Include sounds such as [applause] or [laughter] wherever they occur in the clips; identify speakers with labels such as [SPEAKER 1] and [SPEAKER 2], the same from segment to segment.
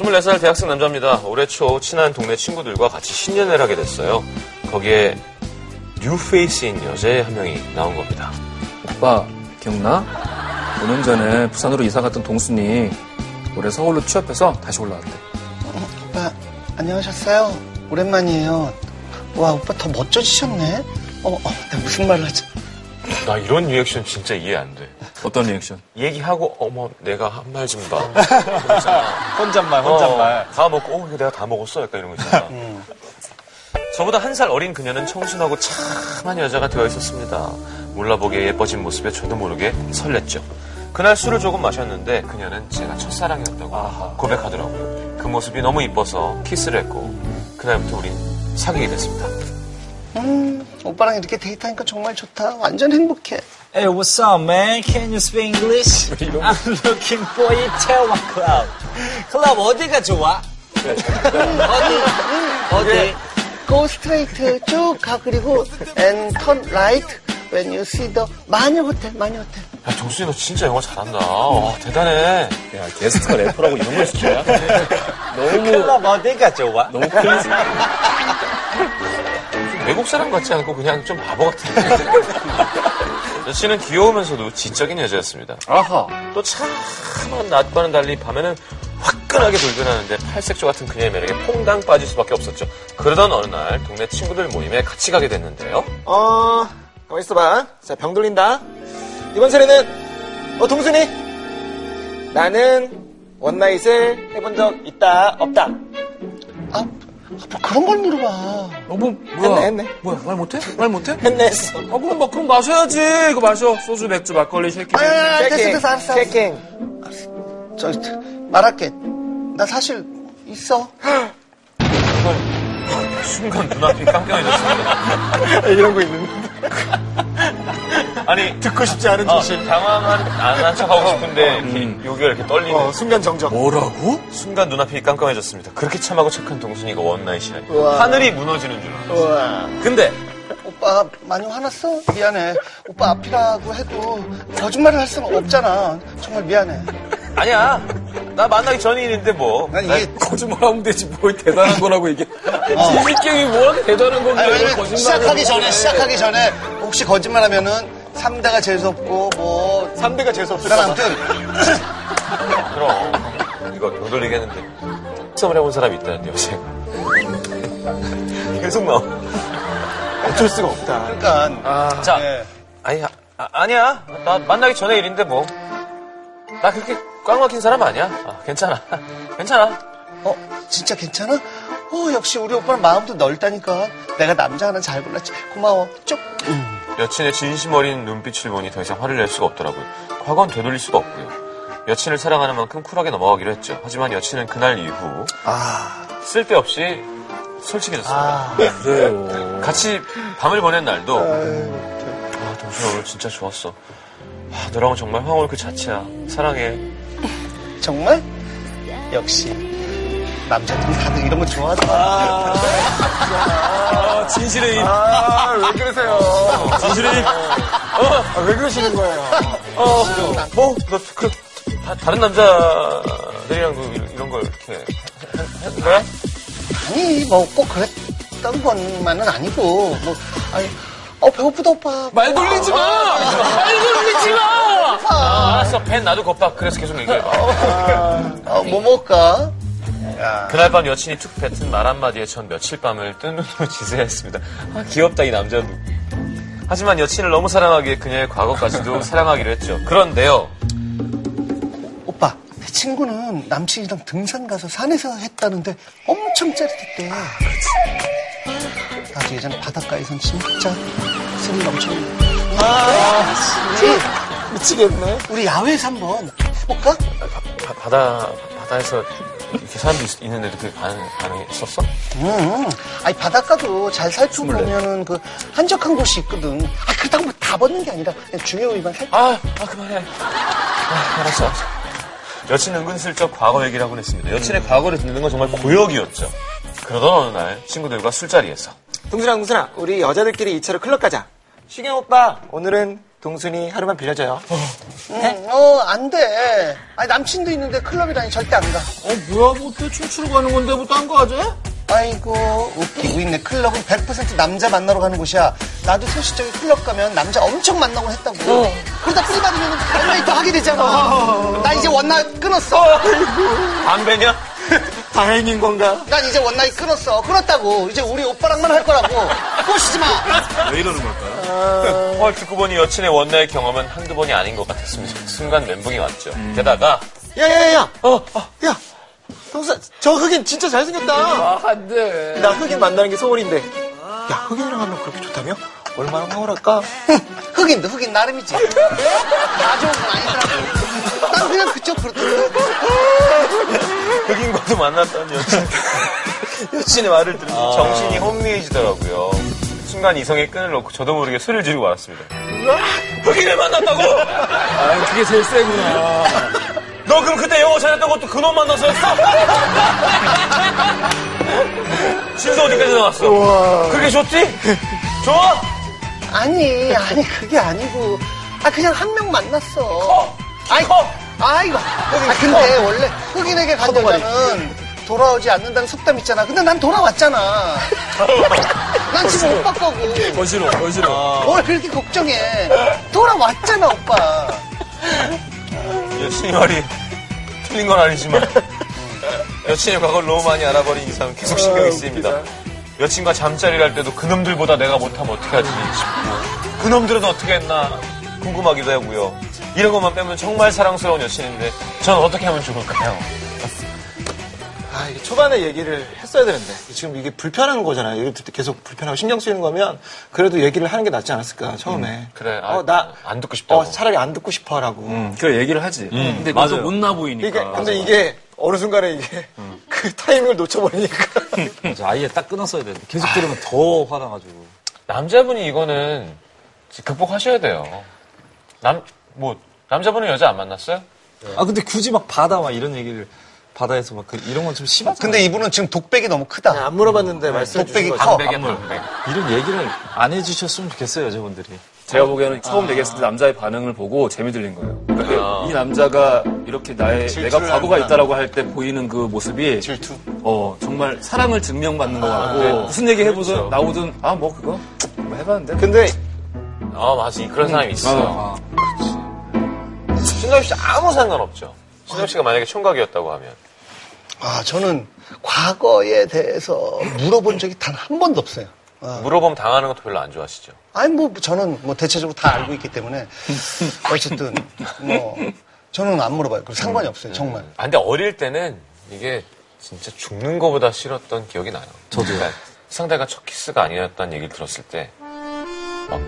[SPEAKER 1] 24살 대학생 남자입니다. 올해 초 친한 동네 친구들과 같이 신년회를 하게 됐어요. 거기에 뉴페이스인 여자 한 명이 나온 겁니다.
[SPEAKER 2] 오빠 기억나? 5년 전에 부산으로 이사 갔던 동순이 올해 서울로 취업해서 다시 올라왔대.
[SPEAKER 3] 오빠, 안녕하셨어요? 오랜만이에요. 와, 오빠 더 멋져지셨네? 어, 어, 나 무슨 말을 하지?
[SPEAKER 1] 나 이런 리액션 진짜 이해 안 돼.
[SPEAKER 2] 어떤 리액션?
[SPEAKER 1] 얘기하고 어머 내가 한 말 좀 봐.
[SPEAKER 4] 혼잣말, 음.
[SPEAKER 1] 어, 다 먹고 어 이거 내가 다 먹었어 약간 이런
[SPEAKER 4] [laughs]
[SPEAKER 1] 거 있잖아. 저보다 한 살 어린 그녀는 청순하고 참한 여자가 되어 있었습니다. 몰라보게 예뻐진 모습에 저도 모르게 설렜죠. 그날 술을 조금 마셨는데 그녀는 제가 첫사랑이었다고 고백하더라고요. 그 모습이 너무 이뻐서 키스를 했고 그날부터 우린 사귀게 됐습니다.
[SPEAKER 3] 음, 오빠랑 이렇게 데이트하니까 정말 좋다. 완전 행복해.
[SPEAKER 4] Hey, what's up, man? Can you speak English? I'm looking for Itaewon Club. 클럽 어디가 좋아? 어디? 어디?
[SPEAKER 3] 네, Go straight 쭉 가, 그리고 and turn right when you see the 마녀 호텔, 마녀 호텔.
[SPEAKER 1] 야 정수이 너 진짜 영어 잘한다. 와 대단해.
[SPEAKER 2] 야 게스트가 래퍼라고 이런 걸 시켜야? 너무
[SPEAKER 4] 클럽 어디가 좋아?
[SPEAKER 2] 너무 크레이지.
[SPEAKER 1] 외국 사람 같지 않고 그냥 좀 바보 같은데. [laughs] 여친은 귀여우면서도 지적인 여자였습니다.
[SPEAKER 2] 아하.
[SPEAKER 1] 또 참한 뭐, 낮과는 달리 밤에는 화끈하게 돌변하는데 팔색조 같은 그녀의 매력에 퐁당 빠질 수밖에 없었죠. 그러던 어느 날 동네 친구들 모임에 같이 가게 됐는데요.
[SPEAKER 5] 어, 가만 있어봐. 자, 병 돌린다. 이번 차례는, 어, 동순이! 나는 원나잇을 해본 적 있다, 없다.
[SPEAKER 3] 아, 뭐 그런 걸 물어봐.
[SPEAKER 2] 너무 뭐야?
[SPEAKER 5] 했네, 했네.
[SPEAKER 2] 뭐야 말 못해? 말 못해? 아
[SPEAKER 5] 했네, 했어.
[SPEAKER 2] 그럼 막 그럼 마셔야지. 이거 마셔. 소주, 맥주, 막걸리, 쉐이키.
[SPEAKER 3] 아, 야, 야, 됐어,
[SPEAKER 5] 체킹,
[SPEAKER 3] 됐어, 알았어. 알았어.
[SPEAKER 5] 체킹.
[SPEAKER 3] 저, 저, 말할게. 나 사실 있어.
[SPEAKER 1] 순간 눈앞이 깜깜해졌습니다.
[SPEAKER 5] 이런 거 있는데.
[SPEAKER 1] 아니
[SPEAKER 5] 듣고 싶지 않은
[SPEAKER 1] 아, 어, 음.
[SPEAKER 5] 조심.
[SPEAKER 1] 당황한 안한 척하고 싶은데 이렇게 여기가 이렇게 떨리는
[SPEAKER 5] 어, 순간 정적.
[SPEAKER 2] 뭐라고?
[SPEAKER 1] 순간 눈앞이 깜깜해졌습니다. 그렇게 참하고 착한 동순이가 원나잇이라니
[SPEAKER 3] 우와.
[SPEAKER 1] 하늘이 무너지는 줄 알았어요.
[SPEAKER 3] 우와.
[SPEAKER 1] 근데
[SPEAKER 3] 오빠 많이 화났어? 미안해. 오빠 앞이라고 해도 거짓말을 할 수는 없잖아. 정말 미안해.
[SPEAKER 1] 아니야 나 만나기 전인데 뭐
[SPEAKER 3] 난 이게
[SPEAKER 2] 거짓말하면 되지 뭘 대단한 거라고 이게. 진입경이 뭐가 대단한 건데
[SPEAKER 3] 어. 아니,
[SPEAKER 2] 왜
[SPEAKER 3] 왜냐면
[SPEAKER 2] 거짓말을
[SPEAKER 3] 시작하기
[SPEAKER 2] 해.
[SPEAKER 3] 전에 시작하기 전에 혹시 거짓말하면은 3대가 재수없고 뭐
[SPEAKER 5] 3대가 재수없을
[SPEAKER 3] 난
[SPEAKER 5] 거다.
[SPEAKER 3] 아무튼
[SPEAKER 1] 그럼 이거 못 올리겠는데 시험을 해본 사람이 있다는데요 제가 [laughs] 계속 나와
[SPEAKER 5] 어쩔 수가 없다.
[SPEAKER 3] 그러니까
[SPEAKER 1] 자,
[SPEAKER 3] 예.
[SPEAKER 1] 아니, 아, 니야나 만나기 전에 일인데 뭐. 나 그렇게 꽉 막힌 사람 아니야. 아, 괜찮아. [laughs] 괜찮아.
[SPEAKER 3] 어 진짜 괜찮아? 어 역시 우리 오빠는 마음도 넓다니까 내가 남자 하나 잘 골랐지 고마워 쭉
[SPEAKER 1] 여친의 진심 어린 눈빛을 보니 더 이상 화를 낼 수가 없더라고요. 과거는 되돌릴 수가 없고요. 여친을 사랑하는 만큼 쿨하게 넘어가기로 했죠. 하지만 여친은 그날 이후 쓸데없이 솔직해졌습니다.
[SPEAKER 2] 아. 그래요.
[SPEAKER 1] 같이 밤을 보낸 날도 아, 동순아 오늘 진짜 좋았어. 아, 너랑은 정말 황홀 그 자체야. 사랑해.
[SPEAKER 3] 정말 역시 남자들이 다들 이런 거 좋아하더라.
[SPEAKER 2] 아 진실의 입.
[SPEAKER 5] 아, 왜 그러세요? 어.
[SPEAKER 2] 진실의 입.
[SPEAKER 5] 아, 왜 그러시는 거예요?
[SPEAKER 1] 어, 뭐, 너, 그, 다, 다른 남자들이랑 그, 이런- 이런 걸 이렇게.
[SPEAKER 3] 아니 뭐 꼭 그랬던 것만은 아니고 뭐 아니 어 배고프다 오빠
[SPEAKER 2] 말 돌리지 마. 말 돌리지 마.
[SPEAKER 1] 아, 알았어, 팬 나도 겁박. 그래서 계속 얘기해봐.
[SPEAKER 3] 어, 뭐 먹을까?
[SPEAKER 1] 그날 밤 여친이 툭 뱉은 말 한마디에 전 며칠 밤을 뜬 눈으로 [laughs] 지새했습니다. 아, 귀엽다, 이 남자도. 하지만 여친을 너무 사랑하기에 그녀의
[SPEAKER 2] [laughs]
[SPEAKER 1] 과거까지도 사랑하기로 했죠. 그런데요.
[SPEAKER 3] 오빠, 내 친구는 남친이랑 등산 가서 산에서 했다는데 엄청 짜릿했대. 나도 예전에 바닷가에선 진짜 스릴 엄청. 아,
[SPEAKER 5] 미치겠네.
[SPEAKER 3] 우리 야외에서 한번 해볼까?
[SPEAKER 1] 아, 바, 바다, 바다에서 이렇게 사람들이 있- 있는데도 그게 가능, 가능했었어?
[SPEAKER 3] 응. 아니, 바닷가도 잘 살펴보면은 그 한적한 곳이 있거든. 아, 그렇다고 뭐 다 벗는 게 아니라 그냥 중요 위반 살
[SPEAKER 1] 아, 아 그만해. 아, 알았어. 알았어. 여친 은근슬쩍 과거 얘기를 하곤 했습니다. 여친의
[SPEAKER 6] 음.
[SPEAKER 1] 과거를 듣는 건 정말 고역이었죠. 그러던 어느 날 친구들과 술자리에서
[SPEAKER 5] 동순아, 동순아, 우리 여자들끼리 이차로 클럽 가자. 시경 오빠, 오늘은 동순이 하루만 빌려줘요.
[SPEAKER 3] 음, 어, 안 돼. 아니, 남친도 있는데 클럽이라니 절대 안 가.
[SPEAKER 4] 어, 뭐야, 뭐, 또 춤추러 가는 건데, 뭐, 딴 거 하지?
[SPEAKER 3] 아이고, 웃기고 있네. 클럽은 100% 남자 만나러 가는 곳이야. 나도 소시적인 클럽 가면 남자 엄청 만나곤 했다고. 그러다 뿌리 받으면 얼마이더 하게 되잖아. 나 이제 원나잇 끊었어.
[SPEAKER 5] 담배냐? 다행인 건가?
[SPEAKER 3] 난 이제 원나잇 끊었어. 끊었다고. 이제 우리 오빠랑만 할 거라고. 꼬시지 마.
[SPEAKER 6] 왜 이러는 걸까요?
[SPEAKER 1] 아. 헐 듣고 보니 여친의 원나잇 경험은 한두 번이 아닌 것 같았습니다. 순간 멘붕이 왔죠.
[SPEAKER 6] 음.
[SPEAKER 1] 게다가
[SPEAKER 5] 야야야야! 어, 어, 야! 동순, 저 흑인 진짜 잘생겼다!
[SPEAKER 2] 아, 안 돼.
[SPEAKER 5] 나 흑인 만나는 게 소원인데. 야, 흑인이랑 하면 그렇게 좋다며? 얼마나 황홀할까?
[SPEAKER 3] 흑인도 흑인 나름이지. 나 좋은 건 아니더라고. 난 그냥 그쪽 그렇더라고.
[SPEAKER 1] 흑인과도 만났던 여친. [laughs] 여친의 말을 들으니 정신이 혼미해지더라고요. 순간 이성의 끈을 놓고 저도 모르게 소리를 지르고 말았습니다. 아, 흑인을 만났다고?
[SPEAKER 2] 아, 그게 제일 세구나.
[SPEAKER 1] [laughs] 너 그럼 그때 영어 잘했던 것도 그놈 만나서였어? [laughs] 진도 어디까지 나왔어? 그게 좋지? 좋아?
[SPEAKER 3] 아니, 아니, 그게 아니고. 아, 그냥 한 명 만났어. 아이, 아이고. 아, 근데 원래 흑인에게 간 여자는 돌아오지 않는다는 속담 있잖아. 근데 난 [laughs] 돌아왔잖아. 난 지금 오빠 거고. 아.
[SPEAKER 2] 거시로, 거시로.
[SPEAKER 3] 뭘 그렇게 걱정해. 돌아왔잖아, 오빠.
[SPEAKER 1] 여친이 말이 틀린 건 아니지만 여친의 과거를 너무 많이 알아버린 이상 계속 신경이 쓰입니다. 여친과 잠자리를 할 때도 그놈들보다 내가 못하면 어떡하지 싶고 그놈들은 어떻게 했나 궁금하기도 하고요. 이런 것만 빼면 정말 사랑스러운 여친인데 저는 어떻게 하면 좋을까요?
[SPEAKER 5] 아, 이게 초반에 얘기를 했어야 되는데. 지금 이게 불편한 거잖아요. 이거 계속 불편하고 신경 쓰이는 거면 그래도 얘기를 하는 게 낫지 않았을까, 처음에.
[SPEAKER 1] 그래, 아,
[SPEAKER 5] 어, 나.
[SPEAKER 1] 안 듣고 싶다고.
[SPEAKER 5] 어, 차라리 안 듣고 음, 싶어 라고.
[SPEAKER 2] 그래, 얘기를 하지. 근데 그것도 못나 보이니까.
[SPEAKER 5] 이게, 근데 이게 어느 순간에 이게 [laughs] 그 타이밍을 놓쳐버리니까.
[SPEAKER 6] 아예 딱 끊었어야 되는데. 계속 들으면 더 화나가지고.
[SPEAKER 1] 남자분이 이거는 극복하셔야 돼요. 남, 뭐, 남자분은 여자 안 만났어요?
[SPEAKER 6] 아, 근데 굳이 막 바다 막 이런 얘기를 바다에서 막 그- 이런 건 좀 심하잖아.
[SPEAKER 3] 근데 이분은 지금 독백이 너무
[SPEAKER 5] 네,
[SPEAKER 3] 크다.
[SPEAKER 5] 안 물어봤는데 말씀해
[SPEAKER 3] 독백이
[SPEAKER 5] 주신 거죠.
[SPEAKER 3] 커.
[SPEAKER 6] 이런 얘기를 안 해주셨으면 좋겠어요, 여자분들이.
[SPEAKER 2] 제가 보기에는 처음 얘기했을 때 남자의 반응을 보고 재미 들린 거예요. 그러니까 이 남자가 이렇게 나의 내가 과거가 있다라고 할 때 보이는 그 모습이 질투. 어 정말 사랑을 증명받는 거 같고 무슨 얘기 해보든 나오든 아 뭐 그거 뭐 해봤는데
[SPEAKER 5] 근데
[SPEAKER 1] 아, 맞아. 그런 사람이 있어.
[SPEAKER 2] 아,
[SPEAKER 1] 신동엽 씨 아무 상관없죠. 신동엽 씨가 만약에 총각이었다고 하면.
[SPEAKER 3] 아, 저는 과거에 대해서 물어본 적이 단 한 번도 없어요. 아.
[SPEAKER 1] 물어보면 당하는 것도 별로 안 좋아하시죠.
[SPEAKER 3] 아니 뭐 저는 뭐 대체적으로 다 알고 있기 때문에 어쨌든 뭐 저는 안 물어봐요. 그 상관이 없어요. 정말.
[SPEAKER 1] 아, 근데 어릴 때는 이게 진짜 죽는 것보다 싫었던 기억이 나요. 저도요. 상대가 첫 키스가 아니었다는 얘기를 들었을 때, 막,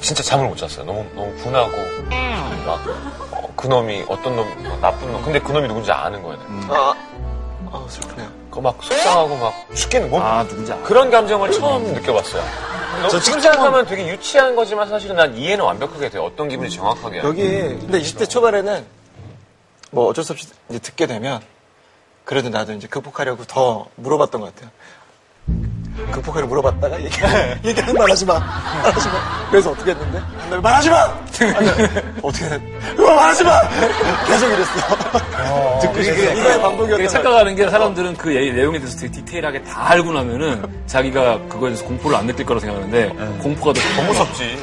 [SPEAKER 1] 진짜 잠을 못 잤어요. 너무, 너무 분하고, 막, 어, 그 놈이, 어떤 놈, 막 나쁜 놈. 근데 그 놈이 누군지 아는 거예요.
[SPEAKER 5] 아, 아 슬프네요.
[SPEAKER 1] 그막 속상하고 막 죽겠는 몸.
[SPEAKER 2] 아 누군지 알아.
[SPEAKER 1] 그런 감정을 처음 느껴봤어요. 저 지금 생각하면 되게 유치한 거지만 사실은 난 이해는 완벽하게 돼요. 어떤 기분이 정확하게.
[SPEAKER 5] 여기 근데 20대 초반에는 뭐 어쩔 수 없이 이제 듣게 되면 그래도 나도 이제 극복하려고 더 물어봤던 것 같아요. 극복하려고 물어봤다가 얘기, [laughs] 얘기하는 말하지 마. 말하지 마. 그래서 어떻게 했는데? 날 말하지 마! 아니, 어떻게 했는데? 말하지 마! 계속 이랬어. 듣고 싶어. 이거의
[SPEAKER 2] 이게
[SPEAKER 5] 반복이었던 것
[SPEAKER 2] 착각하는 게 사람들은 그 예- 내용에 대해서 되게 디테일하게 다 알고 나면은 자기가 그거에 대해서 공포를 안 느낄 거라 생각하는데 공포가 네. 더
[SPEAKER 1] 너무 무섭지.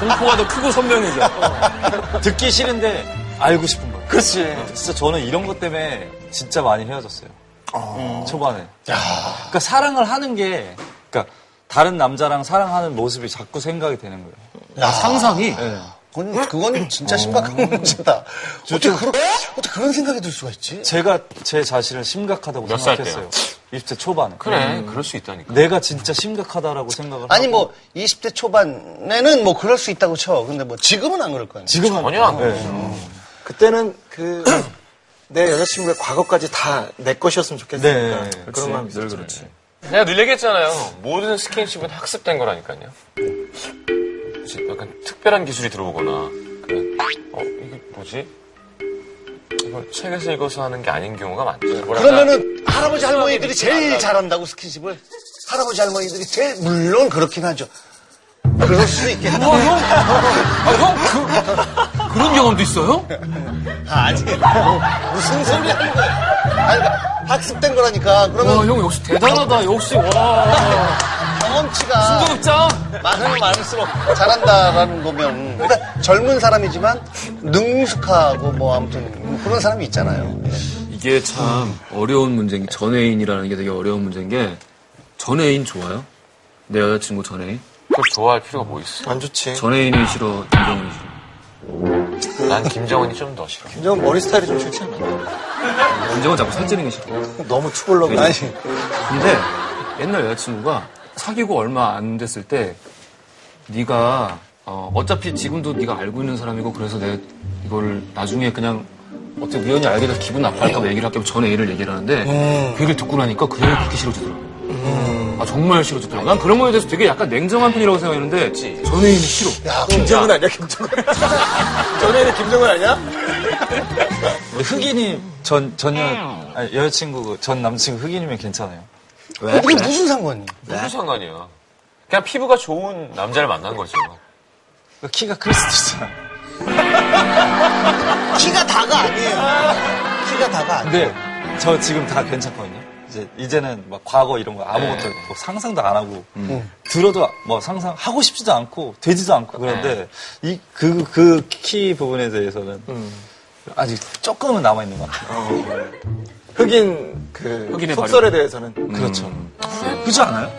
[SPEAKER 2] 공포가 더 크고 선명해져.
[SPEAKER 6] 듣기 싫은데 알고 싶은 거예요.
[SPEAKER 5] 그렇지.
[SPEAKER 6] 진짜 저는 이런 것 때문에 진짜 많이 헤어졌어요. 초반에. 그러니까 사랑을 하는 게, 그러니까 다른 남자랑 사랑하는 모습이 자꾸 생각이 되는 거예요. 그
[SPEAKER 3] 야, 상상이. 그건, 그건 진짜 심각한 문제다. 어떻게 그런 어떻게 그런 생각이 들 수가 있지?
[SPEAKER 6] 제가 제 자신을 심각하다고
[SPEAKER 1] 몇살
[SPEAKER 6] 생각했어요. 20대 초반에.
[SPEAKER 1] 그래, 그럴 수 있다니까.
[SPEAKER 6] 내가 진짜 심각하다라고 생각을
[SPEAKER 3] 아니
[SPEAKER 6] 하고
[SPEAKER 3] 뭐 20대 초반에는 뭐 그럴 수 있다고 쳐. 근데 뭐 지금은 안 그럴 거 아니야.
[SPEAKER 6] 지금은
[SPEAKER 1] 전혀 안 그래.
[SPEAKER 5] 그때는 그 [clears throat] 내 여자친구의 과거까지 다 내 것이었으면 좋겠으니까
[SPEAKER 6] 네,
[SPEAKER 5] 그런 마음이
[SPEAKER 2] 늘
[SPEAKER 5] 있었죠.
[SPEAKER 2] 그렇지.
[SPEAKER 1] 내가 늘 얘기했잖아요. 모든 스킨십은 학습된 거라니까요. 그치, 약간 특별한 기술이 들어오거나, 그, 어, 이게 뭐지? 이걸 책에서 읽어서 하는 게 아닌 경우가 많죠. 뭐랄까.
[SPEAKER 3] 그러면은 할아버지 할머니들이 제일 잘한다고 스킨십을 할아버지 할머니들이 제일 물론 그렇긴 하죠. 그럴 수도 있겠다.
[SPEAKER 2] 그런 경험도 있어요?
[SPEAKER 3] 아니, 뭐, 무슨 소리 하는 거야. 아니, 그러니까 학습된 거라니까.
[SPEAKER 2] 와,
[SPEAKER 3] 그러면
[SPEAKER 2] 어, 형 역시 대단하다. 역시, 와.
[SPEAKER 3] 경험치가
[SPEAKER 2] 진짜?
[SPEAKER 3] 많으면 많을수록 잘한다라는 거면. 그러니까 젊은 사람이지만 능숙하고 뭐 아무튼 뭐 그런 사람이 있잖아요.
[SPEAKER 2] 이게 참 어려운 문제인 게 전애인이라는 게 되게 어려운 문제인 게 전애인 좋아요? 내 여자친구 전애인?
[SPEAKER 1] 그걸 좋아할 필요가 뭐 있어?
[SPEAKER 5] 안 좋지.
[SPEAKER 2] 전애인이 싫어, 김정은이 싫어.
[SPEAKER 1] 난 김정은이 좀 더 싫어.
[SPEAKER 5] 김정은 머리 스타일이 좀 좋지 않아?
[SPEAKER 2] 김정은 자꾸 살찌는 게 싫어.
[SPEAKER 5] 너무 추벌러고. 아니,
[SPEAKER 2] 근데 옛날 여자친구가 사귀고 얼마 안 됐을 때 네가 어, 어차피 지금도 네가 알고 있는 사람이고 그래서 내 이거를 나중에 그냥 어떻게 우연히 알게 돼서 기분 나빠할까 봐 얘기를 할게 전에 얘를 얘기를 하는데 그 얘기를 듣고 나니까 그 얘기를 그렇게 싫어지더라고. 아 정말 싫어지더라고. 난 그런 거에 대해서 되게 약간 냉정한 편이라고 생각했는데 전에 싫어.
[SPEAKER 5] 김정은 아니야, 김정은. 전에는 김정은 아니야?
[SPEAKER 6] 흑인이 전 전혀 아니, 여자친구 그 전 남친구 흑인이면 괜찮아요.
[SPEAKER 3] 이게 무슨 상관이?
[SPEAKER 1] 무슨 상관이야. 그냥 피부가 좋은 남자를 만난 뭐. 거죠.
[SPEAKER 6] 그러니까 키가 클 수도 있잖아.
[SPEAKER 3] 키가 다가 아니에요. 키가 다가 아니에요.
[SPEAKER 6] 근데 저 지금 다 괜찮거든요. 이제 이제는 막 과거 이런 거 아무것도
[SPEAKER 2] 네.
[SPEAKER 6] 뭐 상상도 안 하고
[SPEAKER 2] 음.
[SPEAKER 6] 들어도 뭐 상상 하고 싶지도 않고 되지도 않고 그런데
[SPEAKER 2] 네.
[SPEAKER 6] 이 그 그 키 부분에 대해서는
[SPEAKER 2] 음.
[SPEAKER 6] 아직 조금은 남아 있는 것 같아요.
[SPEAKER 5] 흑인 그
[SPEAKER 2] 흑인의
[SPEAKER 5] 속설에 대해서는 음.
[SPEAKER 6] 그렇죠. 그렇지 않아요?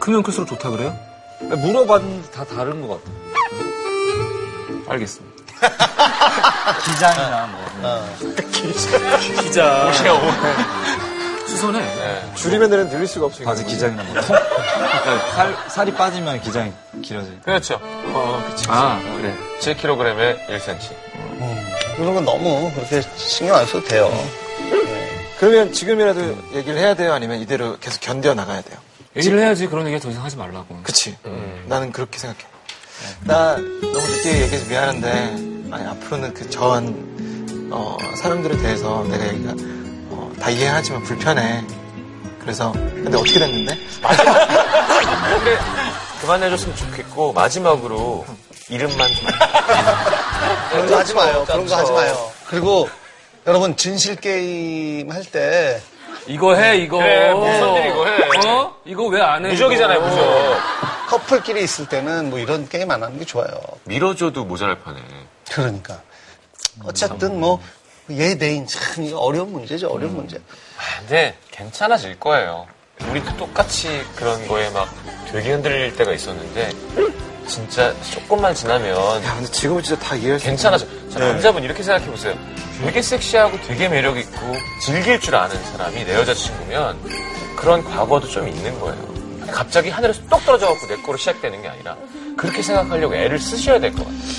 [SPEAKER 2] 크면 클수록 좋다 그래요?
[SPEAKER 6] 물어봤는데 다 다른 것 같아요.
[SPEAKER 2] 알겠습니다.
[SPEAKER 6] [laughs]
[SPEAKER 2] 아,
[SPEAKER 6] 기장이나 뭐
[SPEAKER 2] 수선해.
[SPEAKER 5] 줄이면 되는 늘릴 수가 없으니까.
[SPEAKER 6] 바지 기장이나 뭐 통. 그러니까 살 살이 빠지면 기장이 길어지.
[SPEAKER 1] 그렇죠.
[SPEAKER 2] 아 그래.
[SPEAKER 1] 7kg에 1cm.
[SPEAKER 3] 그런 건 너무 그렇게 신경 안 써도 돼요.
[SPEAKER 5] 그러면 지금이라도 얘기를 해야 돼요? 아니면 이대로 계속 견뎌 나가야 돼요?
[SPEAKER 2] 얘기를 해야지 그런 얘기 더 이상 하지 말라고.
[SPEAKER 5] 그치. 나는 그렇게 생각해. 나 너무 늦게 얘기해서 미안한데, 아니, 앞으로는 그 저한, 어, 사람들에 대해서 내가 얘기가, 어, 다 이해하지만 불편해. 그래서, 근데 어떻게 됐는데?
[SPEAKER 1] 근데 그만해줬으면 좋겠고 마지막으로 이름만 [laughs] 좀
[SPEAKER 3] 그런 거 하지 마요. 그런 거 하지 마요. 그리고 여러분 진실 게임 할 때
[SPEAKER 2] 이거 해 이거.
[SPEAKER 1] 그래, 무슨 일 이거 해.
[SPEAKER 2] 어? 이거 왜 안 해?
[SPEAKER 1] 무적이잖아요,
[SPEAKER 2] 이거?
[SPEAKER 1] 무적.
[SPEAKER 3] 커플끼리 있을 때는 뭐 이런 게임 안 하는 게 좋아요.
[SPEAKER 1] 밀어줘도 모자랄 판에.
[SPEAKER 3] 그러니까 어쨌든 뭐 예대인 참 이거 어려운 문제죠. 어려운 문제.
[SPEAKER 1] 아, 근데 괜찮아질 거예요. 우리도 똑같이 그런 거에 막 되게 흔들릴 때가 있었는데 진짜 조금만 지나면
[SPEAKER 5] 야, 아, 근데 지금은 진짜 다 이해할 수
[SPEAKER 1] 괜찮아져. 저 남자분 이렇게 생각해 보세요. 되게 섹시하고 되게 매력 있고 즐길 줄 아는 사람이 내 여자친구면 그런 과거도 좀 있는 거예요. 갑자기 하늘에서 똑 떨어져갖고 내 거로 시작되는 게 아니라 그렇게 생각하려고 애를 쓰셔야 될 것 같아요.